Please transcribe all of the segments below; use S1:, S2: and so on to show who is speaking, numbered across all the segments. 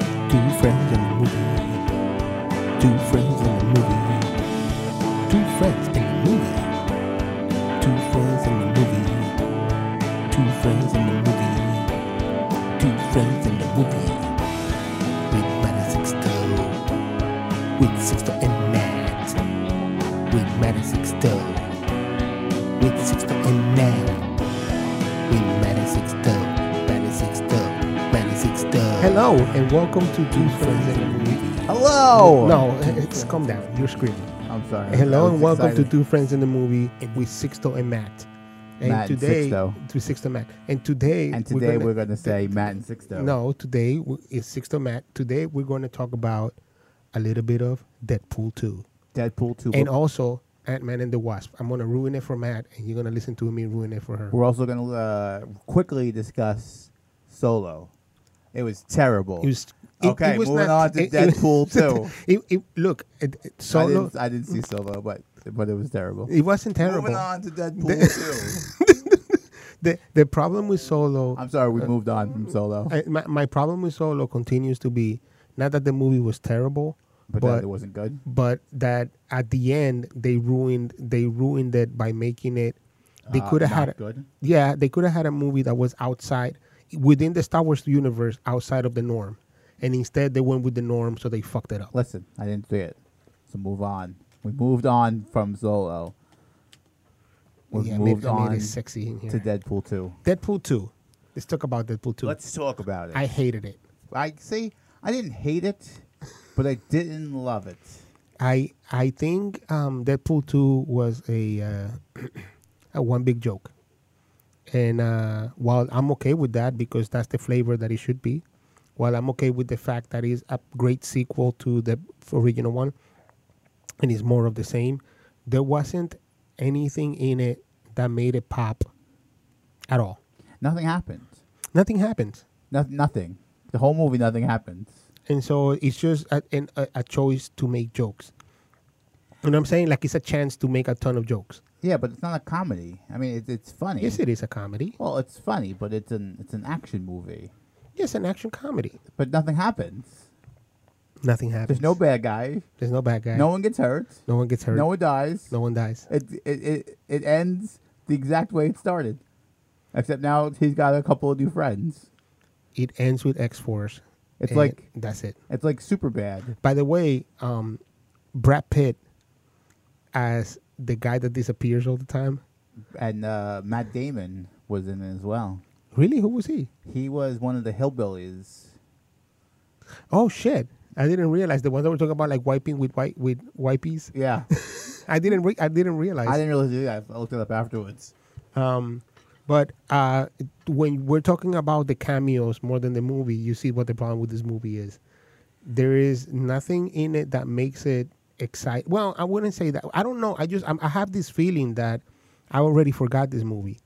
S1: Two friends in a movie. Two friends in a movie. Two friends in a movie. Two friends in a movie. Two friends in a movie. Two friends in a movie. With Matt Sixto. With Sixto and Matt. With Matt Sixto. With Sixto and Matt. We met at six dub, met at six dub, met at six dub.
S2: Hello and welcome to
S1: Two
S2: Two Friends
S1: friends
S2: and
S1: in a movie.
S2: Hello.
S1: No, it's calm down. You're screaming.
S2: I'm sorry.
S1: Hello and welcome to Two Friends in a Movie with Sixto and Matt. And
S2: Matt and
S1: today,
S2: Sixto.
S1: to Sixto Matt. And today,
S2: And today we're gonna say Matt and Sixto.
S1: no, today w- is Sixto Matt. Today we're going to talk about a little bit of Deadpool 2
S2: Deadpool two.
S1: and also Ant Man and the Wasp. I'm going to ruin it for Matt, and you're going to listen to me ruin it for her.
S2: we're also gonna uh, quickly discuss Solo. It was terrible.
S1: It was it-
S2: okay,
S1: it was
S2: moving
S1: not-
S2: on to
S1: it- it-
S2: Deadpool two.
S1: It, it, look, it, it-
S2: I
S1: solo.
S2: didn't, I didn't see Solo, but but it was terrible.
S1: It wasn't
S2: Moving
S1: terrible.
S2: on to Deadpool two.
S1: The the problem with solo,
S2: I'm sorry, we moved on from Solo,
S1: I, my, my problem with solo continues to be not that the movie was terrible,
S2: but,
S1: but
S2: that it wasn't good.
S1: but that at the end they ruined they ruined it by making it. They
S2: Uh,
S1: could have
S2: not
S1: had
S2: good.
S1: yeah they could have had a movie that was outside within the Star Wars universe outside of the norm, and instead they went with the norm, so they fucked it up.
S2: Listen, I didn't see it, so move on. We moved on from Solo. We've
S1: yeah, I made-
S2: moved
S1: I made
S2: on
S1: it sexy in here.
S2: to Deadpool two.
S1: Deadpool two. Let's talk about Deadpool 2
S2: Let's talk about it.
S1: I
S2: I,
S1: hated it.
S2: see. I didn't hate it, but I didn't love it.
S1: I I think um, Deadpool two was a, uh, a one big joke, and uh, while I'm okay with that because that's the flavor that it should be, while I'm okay with the fact that it's a great sequel to the original one, and it's more of the same, there wasn't anything in it that made it pop at all.
S2: Nothing happened.
S1: Nothing happened.
S2: No, nothing. The whole movie, nothing happened.
S1: and so it's just a, an, a, a choice to make jokes. You know what I'm saying? Like it's a chance to make a ton of jokes.
S2: Yeah, but it's not a comedy. I mean, it, it's funny.
S1: Yes, it is a comedy.
S2: Well, it's funny, but it's an it's an action movie.
S1: Yes, an action comedy.
S2: But nothing happens.
S1: Nothing happens.
S2: There's no bad guy.
S1: There's no bad guy.
S2: No one gets hurt.
S1: no one gets hurt.
S2: No one dies.
S1: no one dies.
S2: It, it it it ends the exact way it started, except now he's got a couple of new friends.
S1: It ends with X Force.
S2: It's like-
S1: that's it.
S2: It's like super bad.
S1: By the way, um, Brad Pitt as the guy that disappears all the time.
S2: and uh, Matt Damon was in it as well.
S1: Really, who was he?
S2: He was one of the hillbillies.
S1: Oh shit! I didn't realize the ones that were talking about like wiping with white with wipies.
S2: Yeah,
S1: I didn't. Re- I didn't realize.
S2: I didn't really do that. I looked it up afterwards.
S1: Um, but uh, when we're talking about the cameos more than the movie, you see what the problem with this movie is. There is nothing in it that makes it exciting. Well, I wouldn't say that. I don't know. I just I'm, I have this feeling that I already forgot this movie,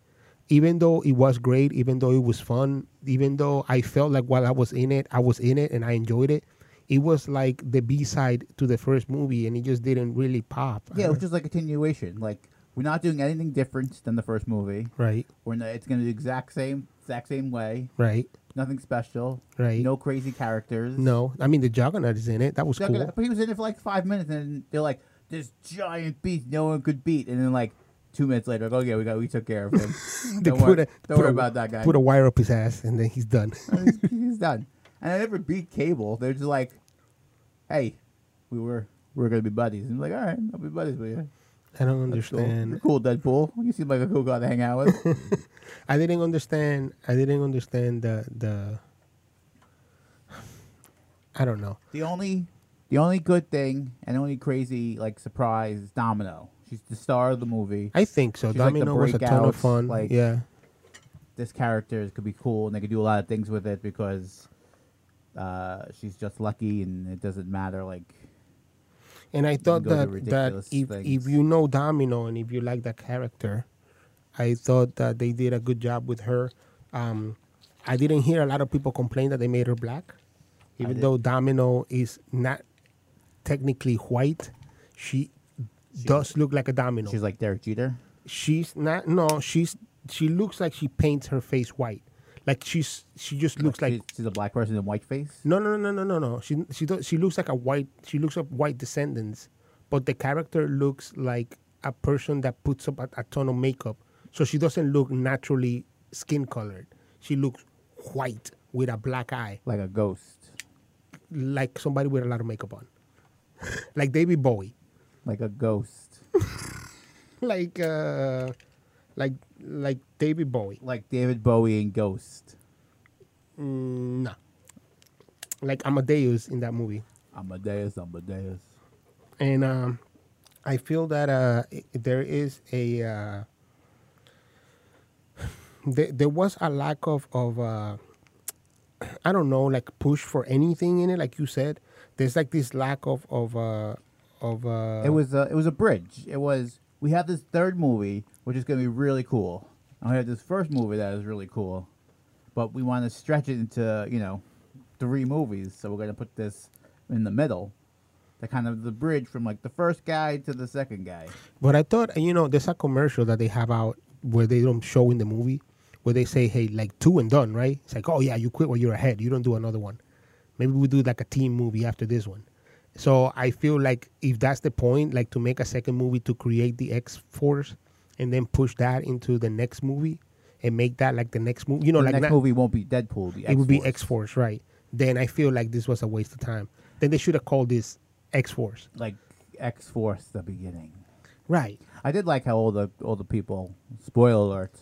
S1: even though it was great, even though it was fun, even though I felt like while I was in it, I was in it and I enjoyed it. It was like the B side to the first movie, and it just didn't really pop.
S2: Yeah, it was just like a continuation. Like we're not doing anything different than the first movie.
S1: right,
S2: We're not, it's going to do exact same exact same way.
S1: right,
S2: Nothing special.
S1: right.
S2: No crazy characters.
S1: No, I mean the Juggernaut is in it. That was
S2: Juggernaut-
S1: cool.
S2: But he was in it for like five minutes, and they're like, "This giant beast, no one could beat." And then like two minutes later, like, "Oh yeah, we got we took care of him."
S1: They
S2: don't worry,
S1: put a-
S2: don't
S1: put
S2: worry
S1: a-
S2: about that guy.
S1: Put a wire up his ass, and then he's done.
S2: he's, he's done. And I never beat Cable. They're just like, hey, we were we were gonna be buddies. And I'm like, all right, I'll be buddies with you.
S1: I don't
S2: Cool. You're
S1: understand.
S2: cool, Deadpool. You seem like a cool guy to hang out with.
S1: I didn't understand. I didn't understand the the. I don't know.
S2: the only the only good thing and only crazy like surprise is Domino. She's the star of the movie.
S1: I think so.
S2: She's like the
S1: Domino was a ton
S2: breakout,
S1: of fun.
S2: like-
S1: yeah,
S2: This character could be cool, and they could do a lot of things with it because uh, she's just lucky, and it doesn't matter. Like,
S1: and I thought
S2: go to
S1: that that
S2: ridiculous
S1: if
S2: things.
S1: if you know Domino and if you like that character, I thought that they did a good job with her. Um, I didn't hear a lot of people complain that they made her black, even
S2: did.
S1: though Domino is not technically white. She, does look like a domino.
S2: she's like Derek Jeter.
S1: she's not. No, she's she looks like she paints her face white. Like she's she just looks like
S2: she's, she's a black person in white face.
S1: no no no no no no no. She she do, she looks like a white she looks like white descendants, but the character looks like a person that puts up a, a ton of makeup. So she doesn't look naturally skin colored. She looks white with a black eye,
S2: Like a ghost.
S1: like somebody with a lot of makeup on, like David Bowie,
S2: Like a ghost.
S1: like uh, like like David Bowie.
S2: like David Bowie and Ghost.
S1: Mm, no, like Amadeus in that movie.
S2: Amadeus, Amadeus.
S1: and um, I feel that uh, i- there is a uh, there, there was a lack of of uh, I don't know like push for anything in it, like you said. There's like this lack of of uh, of uh,
S2: it was a, it was a bridge. It was we have this third movie which is going to be really cool. And we have this first movie that is really cool, but we want to stretch it into you know three movies. So we're going to put this in the middle, the kind of the bridge from like the first guy to the second guy.
S1: But I thought, you know, there's a commercial that they have out where they don't show in the movie, where they say, hey, like two and done, right? It's like, oh, yeah, you quit when you're ahead. You don't do another one. Maybe we do like a team movie after this one. So I feel like if that's the point, like to make a second movie to create the X Force and then push that into the next movie and make that like the next movie, you know,
S2: the
S1: like
S2: next
S1: not-
S2: movie won't be Deadpool. It'll be
S1: it would be
S2: X-Force.
S1: X Force, right? Then I feel like this was a waste of time. Then they should have called this X Force,
S2: like X Force the beginning.
S1: right?
S2: I did like how all the all the people. Spoiler alert.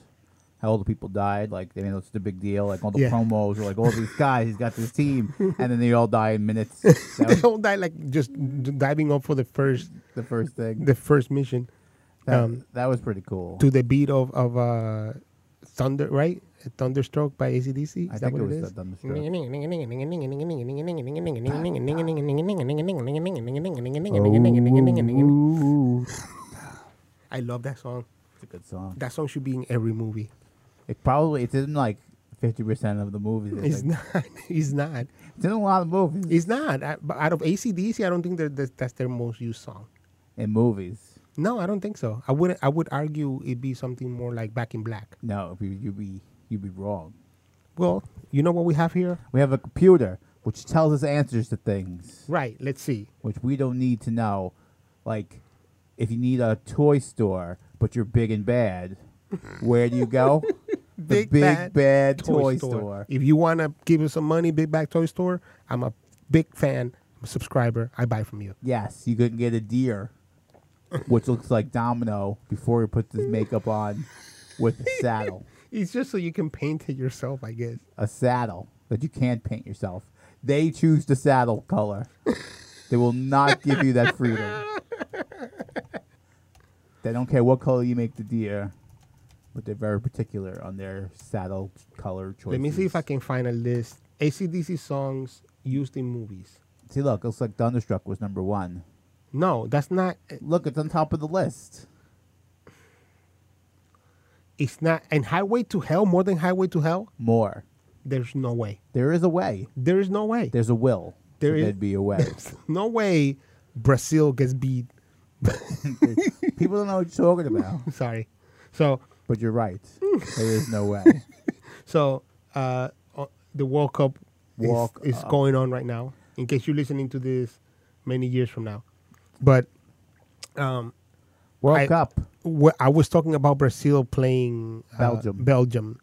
S2: How all the people died. Like you know, it's the big deal. Like all the
S1: Yeah.
S2: promos were like all these guys. He's got this team, and then they all die in minutes. That
S1: they
S2: was
S1: all died like just d- diving up for the first
S2: the first thing.
S1: the first mission
S2: That,
S1: um,
S2: that was pretty cool.
S1: to the beat of of uh, thunder right thunderstruck by acdc
S2: I
S1: is that
S2: think
S1: what
S2: it was
S1: it is
S2: the Thunderstruck.
S1: i love that song
S2: It's a good song.
S1: that song should be in every movie
S2: It probably it's in like fifty percent of the movies. It's,
S1: it's
S2: like,
S1: not it's not
S2: it's in a lot of movies.
S1: it's not I, but out of acdc i don't think that that's- that's their most used song
S2: in movies,
S1: no i don't think so i would i would argue it'd be something more like back in black
S2: no, you you be you be wrong.
S1: well you know what we have here
S2: We have a computer which tells us answers to things.
S1: right let's see
S2: which we don't need to know. Like, if you need a toy store, but you're big and bad, where do you go? the
S1: Big
S2: big
S1: Bad
S2: bad, toy, store.
S1: If you want to give us some money, Big Back Toy Store, I'm a big fan, I'm a subscriber. I buy from you.
S2: Yes, you can get a deer, which looks like Domino before he puts his makeup on, with a saddle,
S1: It's just so you can paint it yourself, I guess.
S2: a saddle that you can't paint yourself. They choose the saddle color. they will not give you that freedom. They don't care what color you make the deer, but they're very particular on their saddle color choices.
S1: Let me see if I can find a list. ACDC songs used in movies.
S2: see. Look, looks like Thunderstruck was number one.
S1: No, that's not.
S2: Look, it's on top of the list.
S1: It's not. And Highway to Hell, more than Highway to Hell,
S2: More.
S1: there's no way.
S2: There is a way.
S1: There is no way.
S2: There's a will.
S1: There
S2: so
S1: is-
S2: there'd be a way.
S1: no way Brazil gets beat.
S2: People don't know what you're talking about,
S1: Sorry. So,
S2: but you're right. There is no way.
S1: so uh, uh, the World Cup is-
S2: World
S1: is,
S2: Cup.
S1: going on right now. In case you're listening to this many years from now, but um,
S2: World
S1: I-
S2: Cup.
S1: wh- I was talking about Brazil playing uh,
S2: Belgium.
S1: Belgium,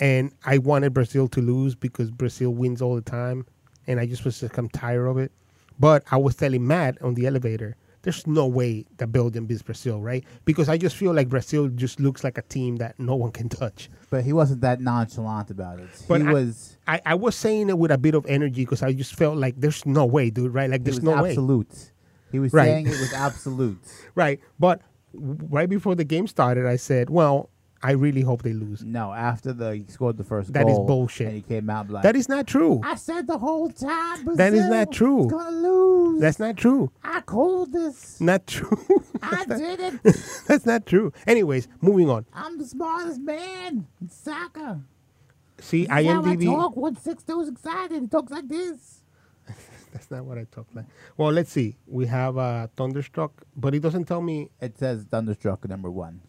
S1: and I wanted Brazil to lose because Brazil wins all the time, and I just was just I'm tired of it. But I was telling Matt on the elevator, there's no way that Belgium beats Brazil, right? Because I just feel like Brazil just looks like a team that no one can touch.
S2: But he wasn't that nonchalant about it.
S1: But
S2: he
S1: I-
S2: was
S1: I, I was saying it with a bit of energy because I just felt like there's no way, dude, right? Like
S2: he
S1: there's
S2: was
S1: no way.
S2: absolute. He was
S1: Right.
S2: saying it was absolute.
S1: Right. But w- right before the game started, I said, well, I really hope they lose.
S2: No, after the he scored the first
S1: That is
S2: goal,
S1: bullshit.
S2: And he came out like
S1: That is not true.
S2: I said the whole time. Brazil
S1: That is not true.
S2: is Gonna lose.
S1: That's not true.
S2: I called this.
S1: Not true.
S2: I did it.
S1: That's not true. Anyways, moving on.
S2: I'm the smartest man in soccer.
S1: See,
S2: This is how I
S1: IMDb.
S2: talk when six dudes excited. He talks like this.
S1: That's not what I talk like. Well, let's see. We have uh, Thunderstruck, but it doesn't tell me.
S2: It says Thunderstruck number one.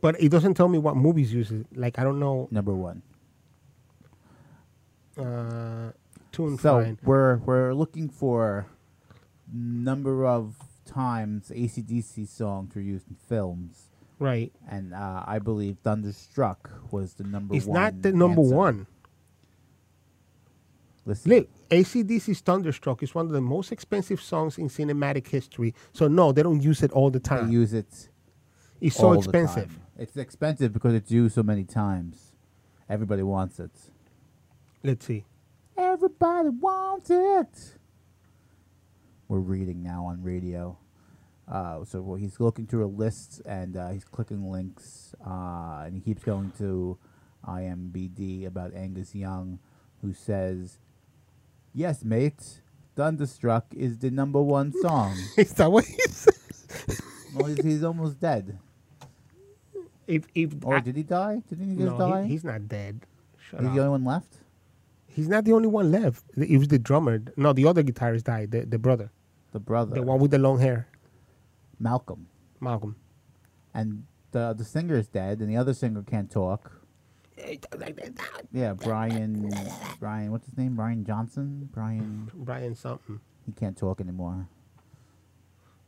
S1: But it doesn't tell me what movies use it. Like I don't know.
S2: Number one.
S1: uh, two and
S2: So
S1: fine.
S2: we're we're looking for number of times ACDC songs were used in films,
S1: Right.
S2: and uh, I believe Thunderstruck was the number
S1: It's
S2: one.
S1: not the number
S2: answer.
S1: one.
S2: Listen,
S1: Look, ACDC's Thunderstruck is one of the most expensive songs in cinematic history. So no, they don't use it all the
S2: I
S1: time.
S2: use it.
S1: it's Ah. so
S2: all the
S1: expensive.
S2: time. It's expensive because it's used so many times. Everybody wants it.
S1: Let's see.
S2: Everybody wants it. We're reading now on radio. Uh, so well, he's looking through a list and uh, he's clicking links uh, and he keeps going to IMBD about Angus Young, who says, Yes, mate, Thunderstruck is the number one song.
S1: Is that what he said?
S2: well, he's, he's almost dead.
S1: If, if
S2: Or
S1: I-
S2: did he die? Didn't he just
S1: no, he-
S2: die?
S1: he's not dead. Shut
S2: He's
S1: up.
S2: the only one left?
S1: He's not the only one left. It was the drummer. No, the other guitarist died. The, the brother,
S2: The brother,
S1: the one with the long hair,
S2: Malcolm.
S1: Malcolm.
S2: And the, the singer is dead and the other singer can't talk. Yeah, Brian. Brian, what's his name? Brian Johnson. Brian.
S1: Brian something.
S2: He can't talk anymore.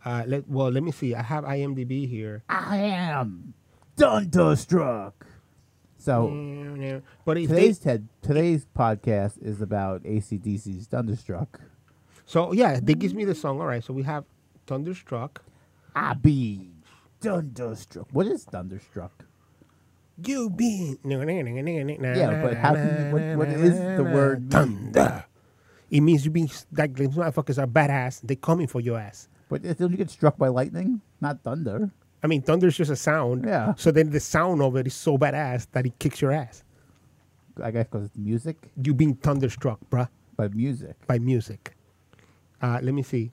S1: Uh, let, well, let me see. I have IMDb here.
S2: I am thunderstruck.
S1: Hmm.
S2: So
S1: But if they,
S2: today's Ted today's podcast is about ACDC's Thunderstruck.
S1: so yeah, they gives me the song. All right, so we have Thunderstruck.
S2: I be Ah, thunderstruck. What is thunderstruck?
S1: You be
S2: Yeah,
S1: yeah,
S2: but how can you, what, what is the word? mean?
S1: thunder? It means you being s- like these motherfuckers are badass. They coming for your ass.
S2: But don't you get struck by lightning? Not thunder.
S1: I mean, thunder is just a sound.
S2: Yeah.
S1: So then the sound of it is so badass that it kicks your ass.
S2: I guess because it's music.
S1: You being thunderstruck, bruh,
S2: By music,
S1: by music. Uh, let me see.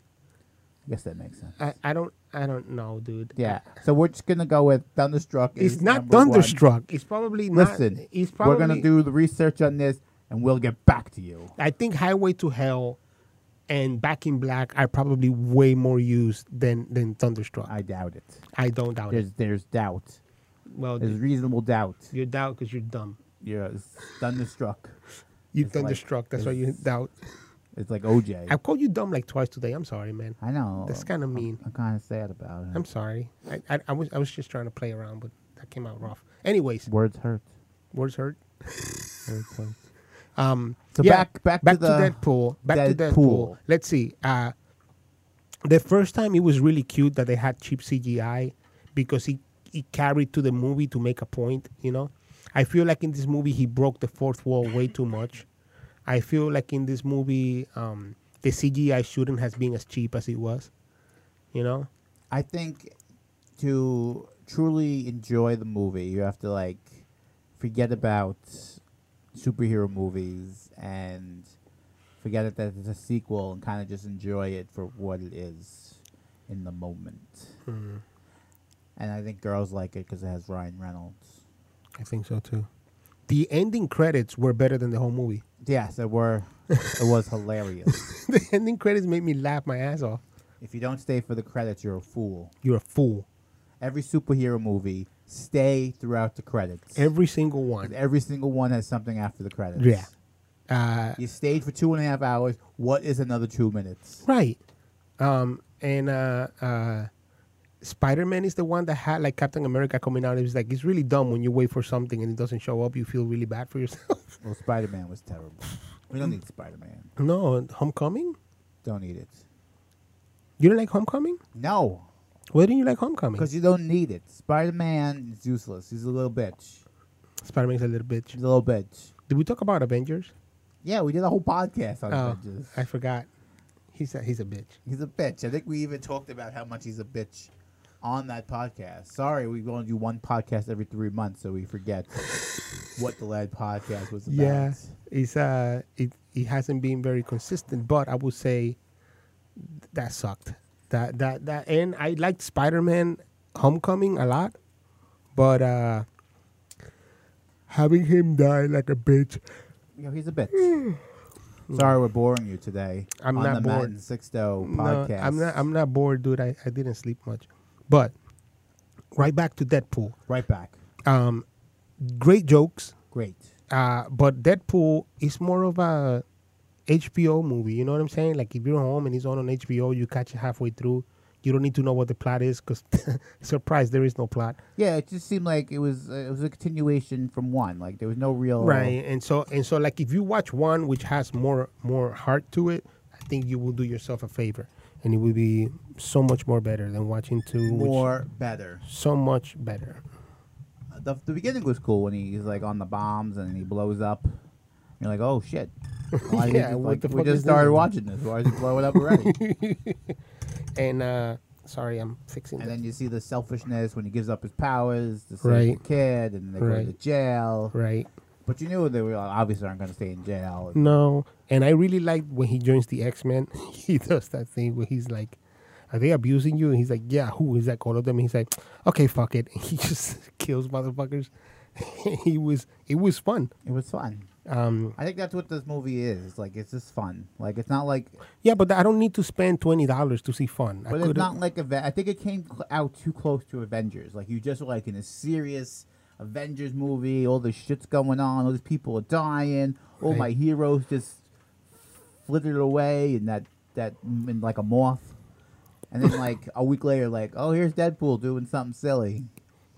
S2: I guess that makes sense.
S1: I, I don't I don't know, dude.
S2: Yeah. So we're just gonna go with thunderstruck.
S1: It's
S2: is
S1: not
S2: number one.
S1: thunderstruck. It's probably not.
S2: Listen,
S1: it's probably,
S2: we're gonna do the research on this, and we'll get back to you.
S1: I think Highway to Hell and Back in Black are probably way more used than than Thunderstruck. I,
S2: I doubt it.
S1: don't doubt it.
S2: There's there's doubt.
S1: Well,
S2: There's reasonable doubt.
S1: you doubt because you're dumb.
S2: You're s- thunderstruck.
S1: You
S2: It's like-
S1: Thunderstruck. that's why you
S2: it's-
S1: doubt.
S2: It's like OJ.
S1: I called you dumb like twice today. I'm sorry, man.
S2: I know.
S1: That's kinda
S2: I'm-
S1: mean.
S2: Oh, I'm kind of sad about it.
S1: I'm sorry. I, I, I was I was just trying to play around, but that came out rough. Anyways,
S2: Words hurt.
S1: words hurt.
S2: Words hurt.
S1: Um,
S2: So back- back to
S1: back to,
S2: the
S1: Deadpool. Back to
S2: Deadpool.
S1: Deadpool. Let's see. Uh, the first time it was really cute that they had cheap CGI because he he carried to the movie to make a point. You know, I feel like in this movie he broke the fourth wall way too much. I feel like in this movie um, the CGI shouldn't has been as cheap as it was. You know,
S2: I think to truly enjoy the movie, you have to like forget about superhero movies and forget that it's a sequel and kind of just enjoy it for what it is in the moment. And I think girls like it because it has Ryan Reynolds.
S1: I think so too. The ending credits were better than the whole movie.
S2: Yes, it were. it was hilarious.
S1: the ending credits made me laugh my ass off.
S2: If you don't stay for the credits, you're a fool.
S1: You're a fool.
S2: Every superhero movie, stay throughout the credits.
S1: Every single one.
S2: Every single one has something after the credits.
S1: Yeah. Uh,
S2: You stayed for two and a half hours. What is another two minutes?
S1: right. Um, and uh, uh, Spider Man is the one that had like Captain America coming out. It was like it's really dumb when you wait for something and it doesn't show up. You feel really bad for yourself.
S2: Well, Spider Man was terrible. We don't need Spider Man.
S1: no, Homecoming.
S2: Don't need it.
S1: You don't like Homecoming?
S2: No,
S1: Why didn't you like Homecoming?
S2: because you don't need it. Spider Man is useless. He's a little bitch.
S1: Spider Man's a little bitch.
S2: He's a little bitch.
S1: Did we talk about Avengers?
S2: Yeah, we did a whole podcast on
S1: Oh,
S2: bitches.
S1: I forgot. He's a, he's a bitch.
S2: He's a bitch. I think we even talked about how much he's a bitch on that podcast. Sorry, we only do one podcast every three months, so we forget what the lad podcast was about.
S1: Yeah, it's uh, it it hasn't been very consistent, but I would say that sucked. That that that, and I liked Spider Man Homecoming a lot, but uh, having him die like a bitch,
S2: Yo, he's a bitch. Sorry, we're boring you today.
S1: I'm
S2: on
S1: not
S2: the
S1: bored.
S2: Matt and Sixto
S1: no,
S2: podcast.
S1: I'm not I'm not bored, dude. I I didn't sleep much, but right back to Deadpool.
S2: right back.
S1: Um, great jokes.
S2: Great.
S1: Uh, but Deadpool is more of a HBO movie. You know what I'm saying? Like if you're home and it's on on HBO, you catch it halfway through. You don't need to know what the plot is because surprise, there is no plot.
S2: Yeah, it just seemed like it was uh, it was a continuation from one. Like there was no real
S1: Right. Um, And so and so like if you watch one which has more more heart to it, I think you will do yourself a favor. And it will be so much more better than watching two, which
S2: more better.
S1: so much better.
S2: The, the beginning was cool when he's like on the bombs and he blows up. You're like, oh shit! Why did he
S1: Yeah,
S2: just,
S1: what
S2: like,
S1: the
S2: we
S1: fuck
S2: just
S1: is
S2: started
S1: this?
S2: watching this. Why did he blow it up already?
S1: And uh sorry, I'm fixing
S2: and
S1: that.
S2: then you see the selfishness when he gives up his powers to save
S1: Right.
S2: the kid, and then they
S1: Right.
S2: go to jail.
S1: Right.
S2: But you knew they were obviously aren't going to stay in jail.
S1: No. And I really like when he joins the X Men. he does that thing where he's like, Are they abusing you? And he's like, Yeah, who is that? All of them. And he's like, Okay, fuck it. And he just kills motherfuckers. he was it was fun.
S2: It was fun.
S1: Um
S2: I think that's what this movie is. Like it's just fun. Like it's not like,
S1: yeah, but I don't need to spend twenty dollars to see fun. I
S2: but it's
S1: coulda-
S2: not like Aven- I think it came cl- out too close to Avengers. Like you just were like in a serious Avengers movie. All this shit's going on. All these people are dying. All
S1: Right.
S2: my heroes just flittered away, and that that in like a moth. And then like a week later, like oh here's Deadpool doing something silly.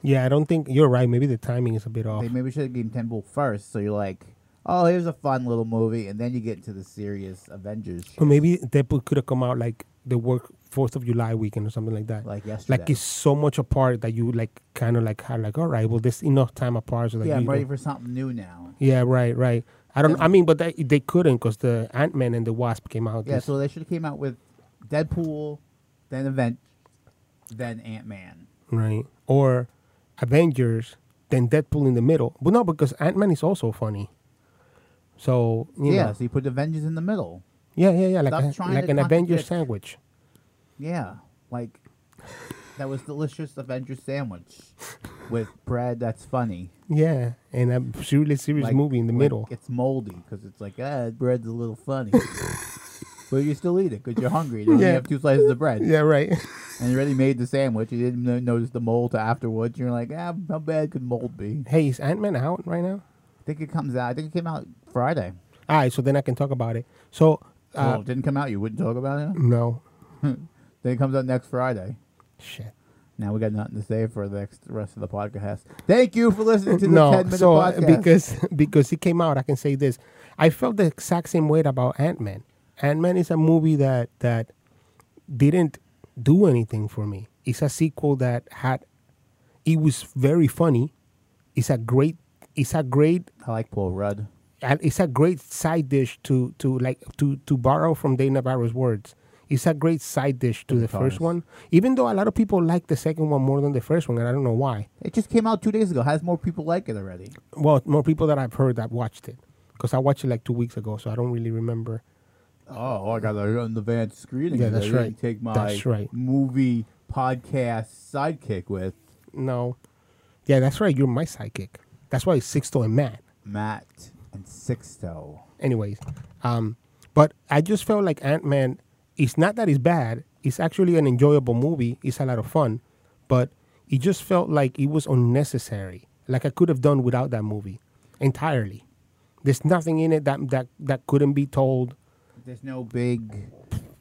S1: Yeah, I don't think you're right. Maybe the timing is a bit off.
S2: They maybe should have given Deadpool first. So you're like. Oh, here's a fun little movie, and then you get into the serious Avengers. shit.
S1: Or maybe Deadpool could have come out like the work Fourth of July weekend or something like that.
S2: Like yesterday.
S1: Like it's so much apart that you like kind of like had like all right, well there's enough time apart so that
S2: Yeah,
S1: you
S2: I'm ready
S1: don't-
S2: for something new now.
S1: yeah right right. I don't. I mean, but they, they couldn't because the Ant Man and the Wasp came out.
S2: Yeah,
S1: this-
S2: so they should have came out with Deadpool, then Event, then Ant Man.
S1: right or Avengers, then Deadpool in the middle. But no, because Ant Man is also funny. So you
S2: Yeah,
S1: know,
S2: so you put Avengers in the middle.
S1: yeah, yeah, yeah, like
S2: Stop
S1: a,
S2: trying
S1: like
S2: to
S1: an Avengers
S2: contradict.
S1: sandwich.
S2: Yeah, like that was delicious Avengers sandwich with bread that's funny.
S1: Yeah, and a seriously serious
S2: Like-
S1: movie in the
S2: like,
S1: middle.
S2: It's moldy because it's like ah, bread's a little funny, but you still eat it because you're hungry. And yeah.
S1: Yeah.
S2: you have two slices of bread,
S1: Yeah, right.
S2: and you already made the sandwich. You didn't no- notice the mold till afterwards. You're like, ah, how bad could mold be?
S1: Hey, is Ant Man out right now?
S2: I think it comes out. I think it came out Friday.
S1: All right, so then I can talk about it. So,
S2: Well,
S1: uh,
S2: it didn't come out. You wouldn't talk about it.
S1: no,
S2: Then it comes out next Friday.
S1: shit.
S2: Now we got nothing to say for the next, the rest of the podcast. Thank you for listening to the
S1: No,
S2: ten minute
S1: so uh,
S2: podcast.
S1: because because it came out, I can say this. I felt the exact same way about Ant Man. Ant Man is a movie that that didn't do anything for me. It's a sequel that had. It was very funny. It's a great. It's a great
S2: I like Paul Rudd.
S1: and it's a great side dish to to like to to borrow from Dana Navarro's words. It's a great side dish to the
S2: Guitars.
S1: first one, even though a lot of people like the second one more than the first one, and I don't know why.
S2: It just came out two days ago. Has more people like it already?
S1: Well, more people that I've heard that watched it, because I watched it like two weeks ago, so I don't really remember.
S2: Oh, I got an advanced screening.
S1: Yeah,
S2: that
S1: that's
S2: I didn't
S1: right.
S2: Take my
S1: That's right.
S2: movie podcast sidekick with
S1: No, yeah, that's right. You're my sidekick. That's why it's Sixto and Matt.
S2: Matt and Sixto.
S1: anyways um but i just felt like ant-man it's not that it's bad it's actually an enjoyable movie it's a lot of fun but it just felt like it was unnecessary like i could have done without that movie entirely there's nothing in it that that that couldn't be told
S2: There's no big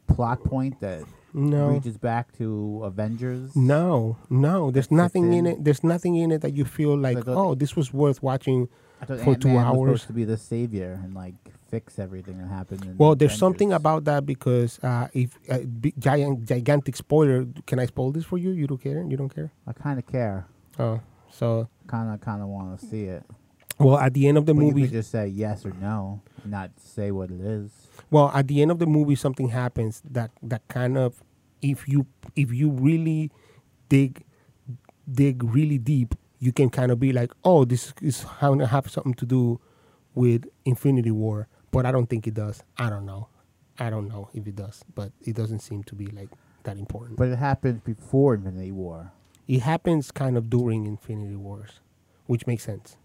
S2: plot point that
S1: No.
S2: reaches back to Avengers.
S1: no no there's nothing in
S2: in.
S1: it there's nothing in it that you feel like
S2: Like, uh,
S1: oh this was worth watching
S2: I thought
S1: for two
S2: Ant-Man was
S1: hours
S2: supposed to be the savior and like fix everything that happened. In
S1: Well, there's something
S2: Avengers.
S1: about that because uh, if uh, big, giant gigantic spoiler, can I spoil this for you? You don't care. You don't care.
S2: I kind of care.
S1: Oh, so
S2: Kind of, kind of want to see it.
S1: well at the end of the
S2: But you
S1: movie,
S2: could just say yes or no, not say what it is.
S1: well at the end of the movie, something happens that that kind of, if you if you really dig dig really deep, you can kind of be like, oh, this is going to have something to do with Infinity War, but I don't think it does. I don't know. I don't know if it does, but it doesn't seem to be like that important.
S2: But it happens before Infinity War.
S1: It happens kind of during Infinity Wars, which makes sense.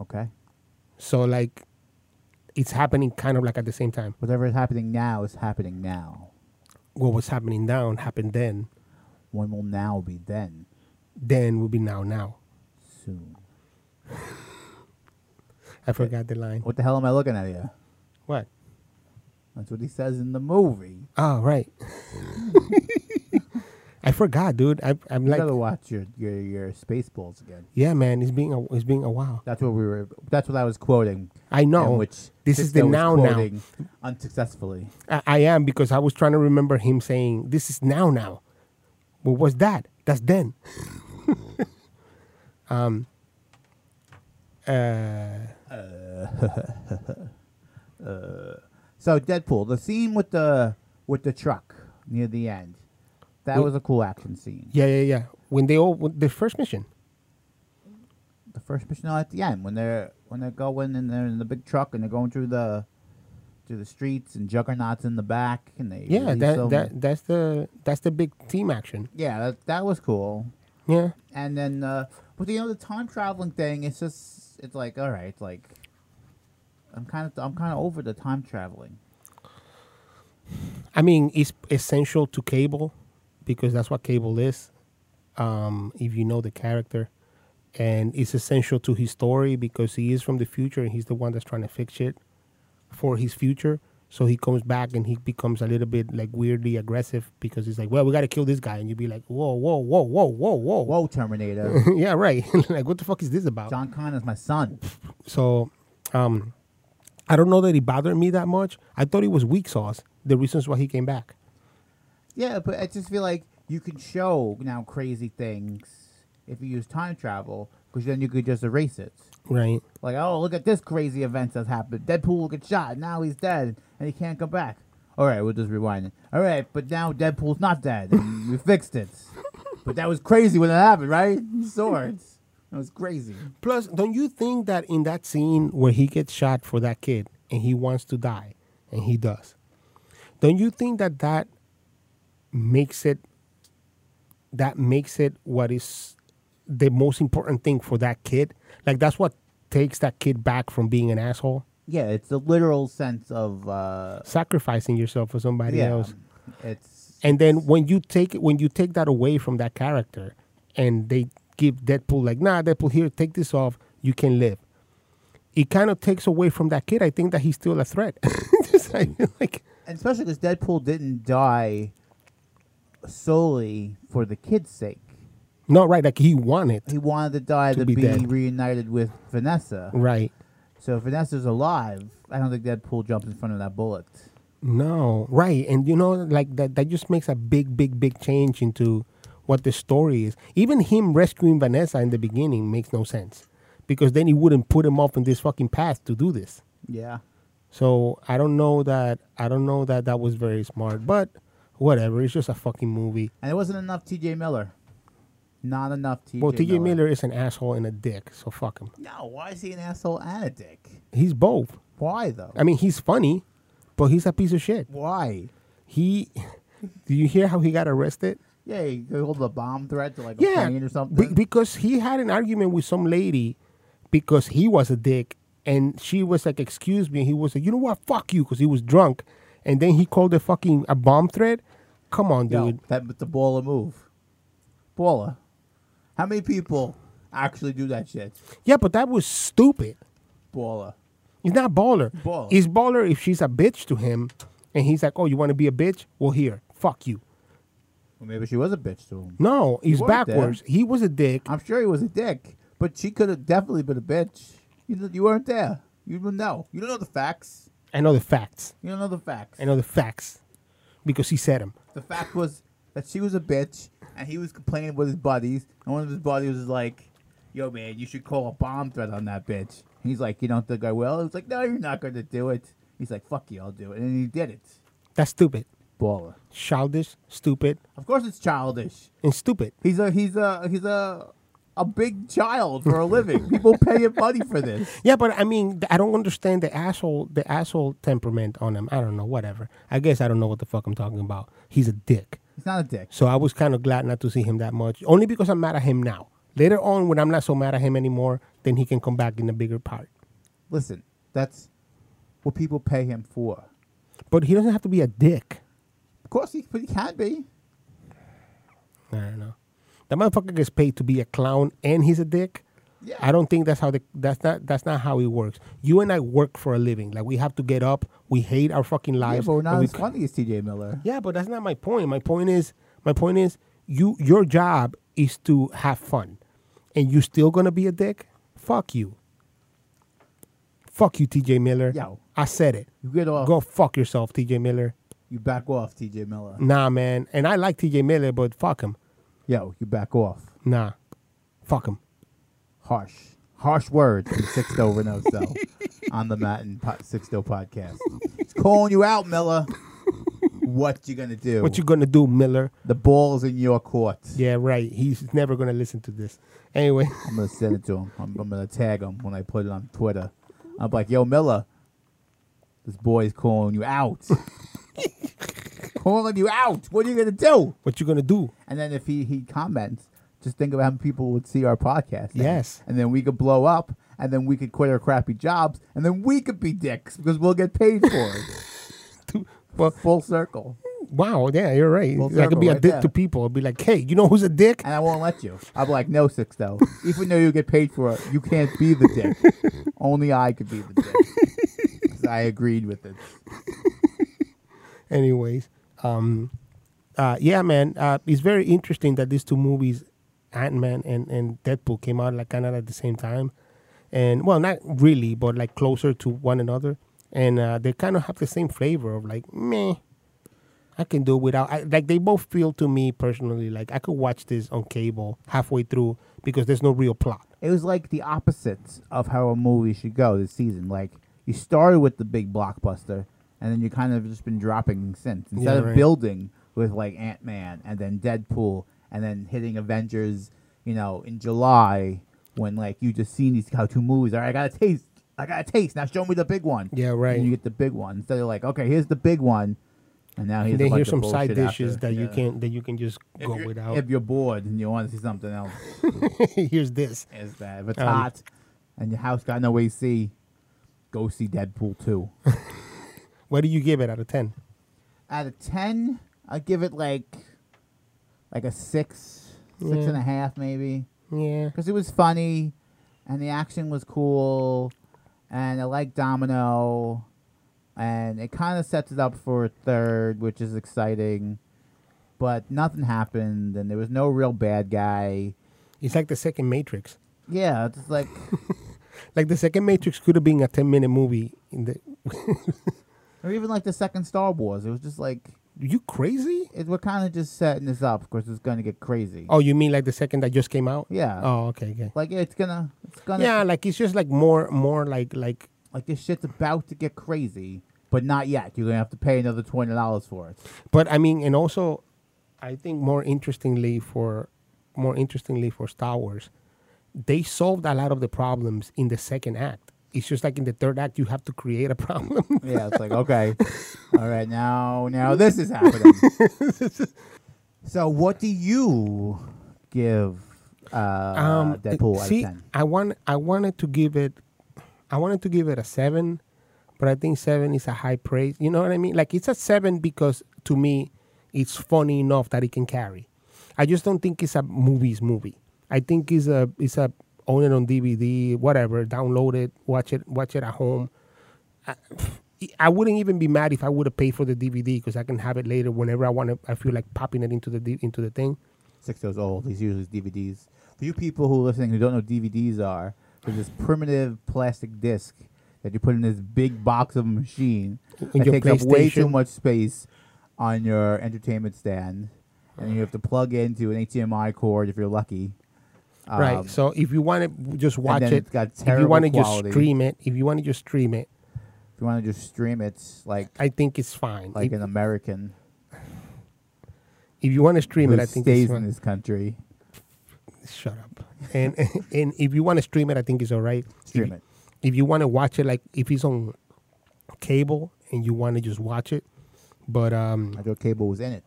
S2: Okay,
S1: So like, it's happening kind of like at the same time.
S2: whatever is happening now is happening now.
S1: What was happening down happened then.
S2: One will now be then
S1: Then will be now now.
S2: soon.
S1: I forgot the line.
S2: What the hell am I looking at here?
S1: What?
S2: That's what he says in the movie.
S1: Oh, right. I forgot, dude. I, I'm
S2: You
S1: like,
S2: gotta watch your your, your Spaceballs again.
S1: yeah, man. It's being a, it's being a while.
S2: That's what we were. That's what I was quoting.
S1: I know.
S2: and which
S1: this is the
S2: Cisco was
S1: now now.
S2: quoting unsuccessfully.
S1: I, I am because I was trying to remember him saying, "This is now now." But what's that? That's then. um. Uh.
S2: So Deadpool, the scene with the with the truck near the end, that
S1: We-
S2: was a cool action scene.
S1: Yeah, yeah, yeah. When they all when the first mission.
S2: The first mission no, at the end when they're when they're going and they're in the big truck and they're going through the through the streets and juggernauts in the back and they
S1: Yeah,
S2: release them.
S1: that, that that's the that's the big team action.
S2: yeah that, that was cool.
S1: Yeah.
S2: And then, uh, but you know, the time traveling thing, it's just, it's like, all right, like, I'm kind of, I'm kind of over the time traveling.
S1: I mean, it's essential to Cable because that's what Cable is. Um, if you know the character, and it's essential to his story because he is from the future and he's the one that's trying to fix shit for his future. So he comes back and he becomes a little bit like weirdly aggressive because he's like, "Well, we got to kill this guy," and you'd be like, "Whoa, whoa, whoa, whoa, whoa, whoa,
S2: Whoa, Terminator!
S1: yeah, right. like, what the fuck is this about?
S2: John Connor's my son.
S1: So, um, I don't know that it bothered me that much. I thought it was weak sauce. The reasons why he came back.
S2: Yeah, but I just feel like you can show now crazy things if you use time travel, because then you could just erase it.
S1: Right.
S2: Like, oh, look at this crazy event that's happened. Deadpool gets shot. Now he's dead, and he can't come back. All right, we'll just rewind it. All right, but now Deadpool's not dead. And we fixed it. But that was crazy when it happened, right? Swords. That was crazy.
S1: Plus, don't you think that in that scene where he gets shot for that kid and he wants to die and he does, don't you think that that makes it that makes it what is the most important thing for that kid? Like that's what takes that kid back from being an asshole,
S2: Yeah, it's the literal sense of uh,
S1: sacrificing yourself for somebody
S2: yeah.
S1: else.
S2: It's
S1: And then when you take when you take that away from that character, and they give Deadpool like, nah, Deadpool here, take this off, you can live. It kind of takes away from that kid. I think that he's still a threat. Just like, like,
S2: and especially because Deadpool didn't die solely for the kid's sake.
S1: no, right? Like he won it,
S2: He wanted to die to,
S1: To be
S2: be,
S1: dead.
S2: reunited with Vanessa.
S1: right?
S2: So if Vanessa's alive, I don't think Deadpool jumps in front of that bullet.
S1: No, right? And you know, like that that just makes a big, big, big change into what the story is. Even him rescuing Vanessa in the beginning makes no sense because then he wouldn't put him off in this fucking path to do this.
S2: Yeah.
S1: So I don't know that I don't know that that was very smart, but whatever. It's just a fucking movie.
S2: And it wasn't enough TJ Miller. Not enough TJ
S1: well, T.J. Miller. is an asshole and a dick, so fuck him.
S2: No, why is he an asshole and a dick?
S1: He's both.
S2: Why, though?
S1: I mean, he's funny, but he's a piece of shit.
S2: Why?
S1: He. Do you hear how he got arrested?
S2: Yeah, he hold a bomb threat to like a
S1: Yeah,
S2: plane or
S1: be-
S2: something.
S1: because he had an argument with some lady because he was a dick, and she was like, "Excuse me," and he was like, "You know what? Fuck you," because he was drunk, and then he called it fucking a bomb threat. Come on,
S2: Yo,
S1: dude.
S2: that was the baller move. Baller. How many people actually do that shit?
S1: Yeah, but that was stupid.
S2: Baller.
S1: He's not baller.
S2: Baller.
S1: He's baller if she's a bitch to him, and he's like, "Oh, you want to be a bitch? Well, here, fuck you."
S2: Well, maybe she was a bitch to him.
S1: No, he's
S2: weren't
S1: backwards.
S2: there.
S1: He was a dick.
S2: I'm sure he was a dick, but she could have definitely been a bitch. You, you weren't there. You don't know. You don't know the facts.
S1: I know the facts.
S2: You don't know the facts.
S1: I know the facts because he said them.
S2: The fact was that she was a bitch, and he was complaining with his buddies, and one of his buddies was like, "Yo, man, you should call a bomb threat on that bitch." And he's like, "You don't think I will?" He's like, "No, you're not going to do it." He's like, "Fuck you, I'll do it," and then he did it.
S1: That's stupid,
S2: Baller.
S1: childish, stupid,
S2: Of course, it's childish.
S1: and stupid.
S2: He's a he's a he's a a big child for a living. People pay him money for this.
S1: Yeah, but I mean, th- I don't understand the asshole, the asshole temperament on him. I don't know, whatever. I guess I don't know what the fuck I'm talking about. He's a dick.
S2: He's not a dick.
S1: So I was kind of glad not to see him that much, only because I'm mad at him now. Later on, when I'm not so mad at him anymore, then he can come back in a bigger part.
S2: Listen, that's what people pay him for.
S1: But he doesn't have to be a dick.
S2: Of course, he, but he can be.
S1: I don't know. That motherfucker gets paid to be a clown and he's a dick.
S2: Yeah.
S1: I don't think that's how the that's not that's not how it works. You and I work for a living. Like we have to get up. We hate our fucking
S2: Yeah,
S1: lives.
S2: but we're
S1: and
S2: not
S1: we
S2: as funny as TJ Miller.
S1: yeah, but that's not my point. My point is my point is you your job is to have fun. And you still gonna be a dick? Fuck you. Fuck you, TJ Miller.
S2: Yo.
S1: I said it.
S2: You get off.
S1: Go fuck yourself, TJ Miller.
S2: You back off, TJ Miller.
S1: Nah, man. And I like TJ Miller, but fuck him.
S2: Yo, you back off.
S1: Nah. Fuck him.
S2: Harsh. Harsh words from Sixto Renoso on the Matt and po- Sixto podcast. It's calling you out, Miller. What you gonna do?
S1: What you gonna do, Miller?
S2: the ball's in your court.
S1: Yeah, right. He's never gonna listen to this. Anyway,
S2: I'm gonna send it to him. I'm, I'm gonna tag him when I put it on Twitter. I'm like, yo, Miller, this boy's calling you out. calling you out. What are you gonna do?
S1: what you gonna do?
S2: And then if he, he comments, just think about how many people would see our podcast. then.
S1: Yes.
S2: And then we could blow up and then we could quit our crappy jobs and then we could be dicks because we'll get paid for it.
S1: Do- Well,
S2: Full circle.
S1: wow, yeah, you're right.
S2: Full
S1: I could be
S2: circle
S1: a
S2: right
S1: dick
S2: there.
S1: to people. I'd be like, hey, you know who's a dick?
S2: And I won't let you. I'm like, no, six though. Even though you get paid for it, you can't be the dick. Only I could be the dick. 'Cause I agreed with it.
S1: anyways um uh yeah man uh it's very interesting that these two movies ant-man and and deadpool came out like kind of at the same time and well not really but like closer to one another and uh they kind of have the same flavor of like meh i can do without I, like they both feel to me personally like i could watch this on cable halfway through because there's no real plot
S2: It was like the opposites of how a movie should go this season. Like you started with the big blockbuster, and then you kind of just been dropping since. Instead
S1: Yeah,
S2: of
S1: right.
S2: building with like Ant Man and then Deadpool and then hitting Avengers, you know, in July when like you just seen these how two movies. All right, I got a taste. I got a taste. Now show me the big one.
S1: Yeah, right.
S2: And you get the big one instead of like, okay, here's the big one, and now here's
S1: and then
S2: a bunch
S1: here's
S2: of
S1: some side
S2: bullshit
S1: dishes
S2: after.
S1: that you
S2: Yeah.
S1: can that you can just go
S2: If you're-
S1: without
S2: If you're bored and you want to see something else.
S1: here's this
S2: is that if it's
S1: Um,
S2: hot and your house got no AC, go see Deadpool 2.
S1: what do you give it out of 10
S2: Out of 10, I give it like like a six, six
S1: Yeah.
S2: and a half maybe.
S1: yeah
S2: Because it was funny and the action was cool and I like Domino and it kind of sets it up for a third, which is exciting. But nothing happened and there was no real bad guy.
S1: It's like the second Matrix.
S2: Yeah, it's just like
S1: Like the second Matrix could have been a ten minute movie. In the
S2: or even like the second Star Wars. It was just like
S1: you crazy?
S2: it, we're kind of just setting this up because it's gonna get crazy.
S1: Oh, you mean like the second that just came out?
S2: Yeah.
S1: Oh, okay, okay.
S2: Like it's gonna, it's gonna,
S1: Yeah, like it's just like more, more like like
S2: like this shit's about to get crazy, but not yet. You're gonna have to pay another twenty dollars for it.
S1: But I mean, and also, I think more interestingly for more interestingly for Star Wars, they solved a lot of the problems in the second act. It's just like in the third act, you have to create a problem.
S2: Yeah, it's like okay, all right, now, now this is happening. so, what do you give uh,
S1: it-
S2: Deadpool out
S1: Um, see,
S2: of ten?
S1: I want I wanted to give it, I wanted to give it a seven, but I think seven is a high praise. You know what I mean? Like it's a seven because to me, it's funny enough that it can carry. I just don't think it's a movie's movie. I think it's a it's a own it on DVD, whatever, download it, watch it, watch it at home. I, I wouldn't even be mad if I would have paid for the DVD because I can have it later whenever I want to. I feel like popping it into the D- into the thing.
S2: Six years old. He's uses DVDs. For you people who are listening who don't know what DVDs are, there's this primitive plastic disc that you put in this big box of a machine that
S1: your
S2: takes up way too
S1: PlayStation.
S2: much space on your entertainment stand, and you have to plug into an HDMI cord if you're lucky. Um,
S1: right. So if you want to just watch
S2: then
S1: it,
S2: it's got
S1: if you
S2: terrible
S1: want to just
S2: quality.
S1: stream it, if you want to just stream it,
S2: If you want to just stream it, like
S1: I think it's fine.
S2: like
S1: if,
S2: an American
S1: if you want to stream
S2: who
S1: it, I think
S2: stays
S1: it's
S2: in
S1: fine.
S2: this country,
S1: Shut up. And and if you want to stream it, I think it's all right. if,
S2: stream it.
S1: If you want to watch it, like if it's on cable and you want to just watch it, but um,
S2: I thought cable was in it.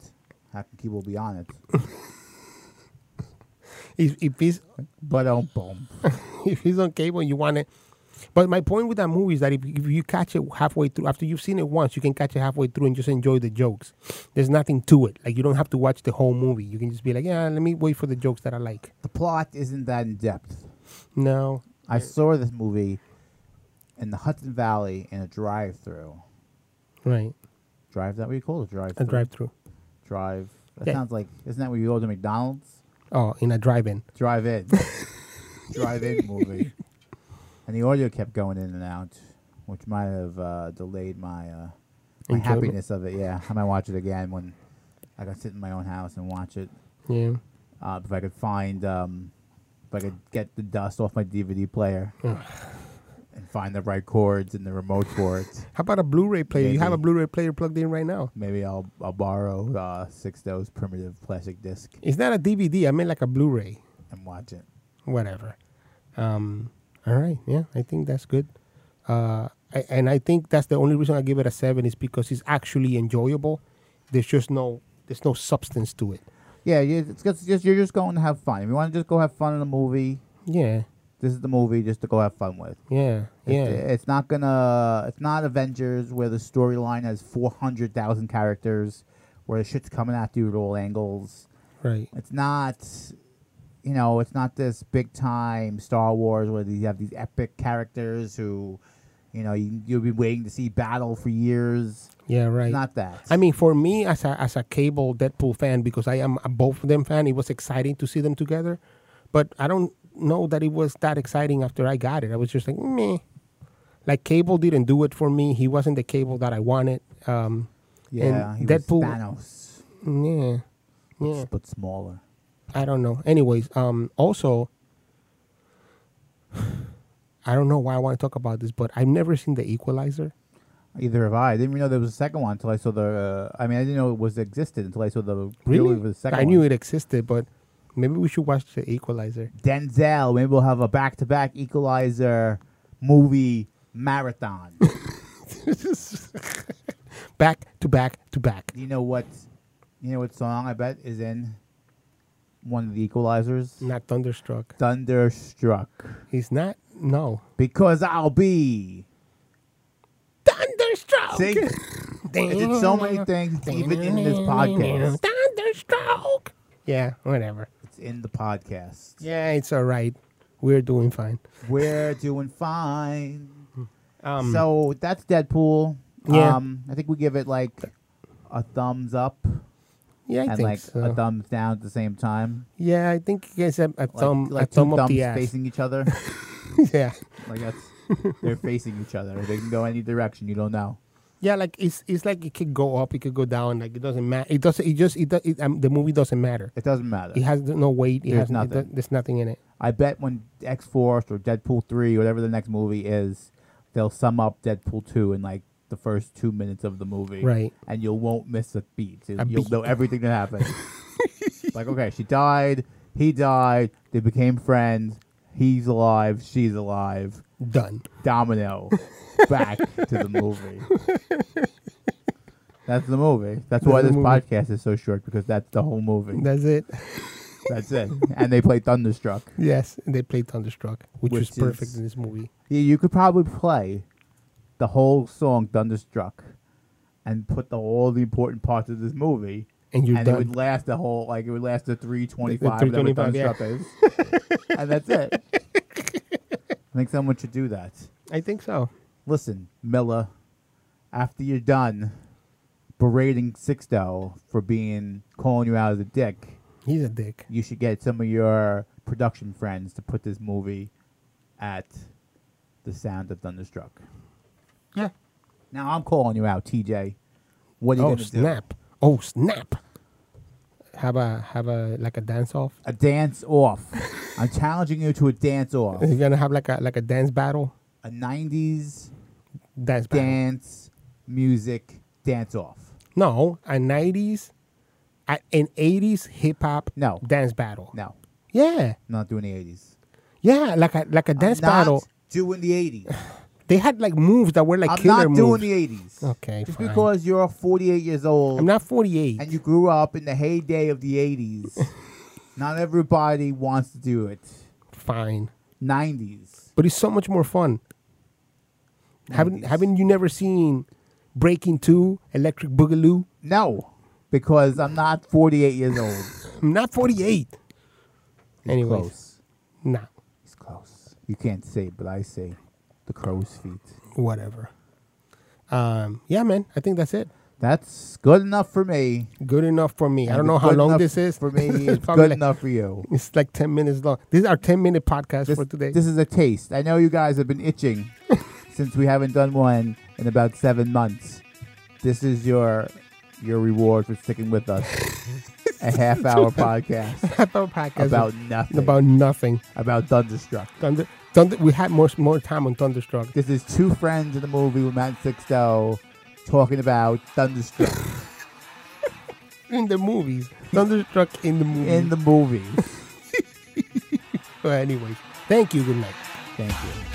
S2: How can cable be on it?
S1: if if it's
S2: But um, boom.
S1: if it's on cable and you want it. But my point with that movie is that if, if you catch it halfway through, after you've seen it once, you can catch it halfway through and just enjoy the jokes. There's nothing to it. Like you don't have to watch the whole movie. You can just be like, yeah, let me wait for the jokes that I like.
S2: The plot isn't that in depth.
S1: No.
S2: I saw this movie in the Hudson Valley in a drive-through.
S1: Right.
S2: Drive is that what you call it? Drive.
S1: A drive through.
S2: Drive. That
S1: Yeah.
S2: sounds like isn't that where you go to McDonald's?
S1: Oh, in a drive in.
S2: Drive in. drive in movie. And the audio kept going in and out, which might have uh, delayed my, uh, my
S1: Enjoyment.
S2: happiness of it. Yeah, I might watch it again when I can sit in my own house and watch it.
S1: Yeah.
S2: Uh, if I could find, um, if I could get the dust off my DVD player and find the right chords and the remote for it,
S1: How about a Blu ray player? You have a
S2: Maybe.
S1: Blu ray player plugged in right now.
S2: maybe I'll, I'll borrow uh, Six Dose Primitive Plastic Disc
S1: It's not a DVD. I meant like a Blu ray.
S2: and watch it.
S1: Whatever. Um, all right. Yeah. I think that's good. Uh, I, and I think that's the only reason I give it a seven is because it's actually enjoyable. There's just no there's no substance to it.
S2: Yeah, you, it's just, just you're just going to have fun. If you want to just go have fun in a movie,
S1: Yeah.
S2: this is the movie just to go have fun with.
S1: Yeah.
S2: It's-
S1: Yeah.
S2: It's not gonna. It's not Avengers where the storyline has four hundred thousand characters, where shit's coming at you at all angles.
S1: Right.
S2: It's not. You know, it's not this big time Star Wars where you have these epic characters who, you know, you, you'll be waiting to see battle for years.
S1: Yeah. Right.
S2: Not that.
S1: I mean, for me as a as a cable Deadpool fan, because I am a both of them fan, it was exciting to see them together. But I don't know that it was that exciting after I got it. I was just like, meh. Like Cable didn't do it for me. He wasn't the Cable that I wanted. Um,
S2: yeah,
S1: and
S2: he
S1: Deadpool-
S2: was Thanos,
S1: yeah, yeah.
S2: but smaller.
S1: I don't know. Anyways, um, also, I don't know why I want to talk about this, but I've never seen The Equalizer.
S2: Either have I. I didn't even know there was a second one until I saw the. Uh, I mean, I didn't know it was existed until I saw the
S1: Really?
S2: trailer for the second
S1: I knew
S2: one.
S1: it existed, but maybe we should watch The Equalizer.
S2: Denzel. Maybe we'll have a back to back Equalizer movie marathon.
S1: back to back to back.
S2: you know what? You know what song I bet is in one of the Equalizers?
S1: Not Thunderstruck.
S2: Thunderstruck.
S1: He's not. No.
S2: Because I'll be.
S1: Thunderstruck.
S2: See? I did so many things, even in this podcast.
S1: Thunderstruck. Yeah. Whatever.
S2: It's in the podcast.
S1: Yeah, it's all right. We're doing fine.
S2: We're doing fine.
S1: Um,
S2: so that's Deadpool.
S1: Yeah.
S2: Um, I think we give it like a thumbs up
S1: yeah, I
S2: and
S1: think
S2: like
S1: so.
S2: a thumbs down at the same time.
S1: yeah, I think you guys have a
S2: Like,
S1: thumb,
S2: like
S1: a thumb
S2: two
S1: up the
S2: thumbs
S1: ass.
S2: facing each other.
S1: yeah,
S2: like that's they're facing each other. They can go any direction. You don't know.
S1: yeah, like it's it's like it could go up, it could go down. Like it doesn't matter. It doesn't. It just it, do- it um, the movie doesn't matter.
S2: It doesn't matter.
S1: It has no weight. It
S2: There's
S1: has nothing.
S2: nothing.
S1: there's nothing in it.
S2: I bet when X Force or Deadpool three, whatever the next movie is, they'll sum up Deadpool two in like the first two minutes of the movie,
S1: Right.
S2: And you won't miss a beat. You'll
S1: A beat.
S2: know everything that happened. like okay, she died. He died. They became friends. He's alive. She's alive.
S1: Done.
S2: Domino. Back to the movie. That's the movie. That's, why
S1: the
S2: this
S1: movie.
S2: podcast is so short because that's the whole movie.
S1: That's it.
S2: That's it. and they play Thunderstruck.
S1: Yes, they played Thunderstruck, which,
S2: Which
S1: was perfect
S2: is-
S1: in this movie.
S2: You- You could probably play the whole song Thunderstruck and put the, all the important parts of this movie.
S1: And you're
S2: and
S1: done.
S2: it would last the whole like it would last the three twenty five whatever
S1: 325, yeah.
S2: Thunderstruck is. and that's it. I think someone should do that.
S1: I think so.
S2: Listen, Miller, after you're done berating Sixto for being calling you out as a dick,
S1: He's a dick.
S2: you should get some of your production friends to put this movie at the sound of Thunderstruck.
S1: Yeah.
S2: Now I'm calling you out, TJ. What are you
S1: Oh
S2: gonna
S1: snap! Oh snap! Have a have a like a dance off.
S2: do? A dance off. I'm challenging you to a dance off.
S1: You're gonna have like a like a dance battle.
S2: A '90s
S1: Dance battle.
S2: dance music dance off.
S1: No, a '90s, a, an '80s hip hop
S2: No.
S1: dance battle.
S2: No,
S1: Yeah,
S2: I'm not doing the '80s.
S1: yeah, like a like a dance
S2: I'm not
S1: battle.
S2: Doing the '80s.
S1: They had like moves that were like
S2: I'm
S1: killer
S2: not
S1: moves.
S2: doing the '80s.
S1: Okay,
S2: Just
S1: fine.
S2: because you're 48 years old.
S1: I'm not 48.
S2: and you grew up in the heyday of the 80s. Not everybody wants to do it.
S1: Fine,
S2: 90s.
S1: but it's so much more fun. Haven't
S2: 90s.
S1: haven't you never seen Breaking Two, Electric Boogaloo?
S2: No, because I'm not 48 years old.
S1: I'm not 48.
S2: He's
S1: Anyways.
S2: close.
S1: Nah.
S2: He's close. You can't say, but I say, the crow's feet.
S1: Whatever. Um, yeah, man. I think that's it.
S2: That's good enough for me.
S1: Good enough for me. I
S2: And
S1: don't know
S2: it's
S1: how
S2: good
S1: long
S2: enough
S1: this is.
S2: for me.
S1: It's
S2: It's
S1: probably
S2: good
S1: like-
S2: enough for you.
S1: It's like 10 minutes long. This is our 10 minute podcast
S2: This,
S1: for today.
S2: this is a taste. I know you guys have been itching since we haven't done one in about seven months. This is your your reward for sticking with us. a half hour podcast
S1: Our podcast
S2: about
S1: is
S2: nothing. About
S1: about nothing.
S2: about Thunderstruck.
S1: Thunder, Thunder, we had more more time on Thunderstruck.
S2: This is two friends in the movie with Matt Sixto talking about Thunderstruck
S1: In the movies. Thunderstruck in the movies.
S2: in the movies.
S1: Well, anyways, thank you. Good night.
S2: Thank you.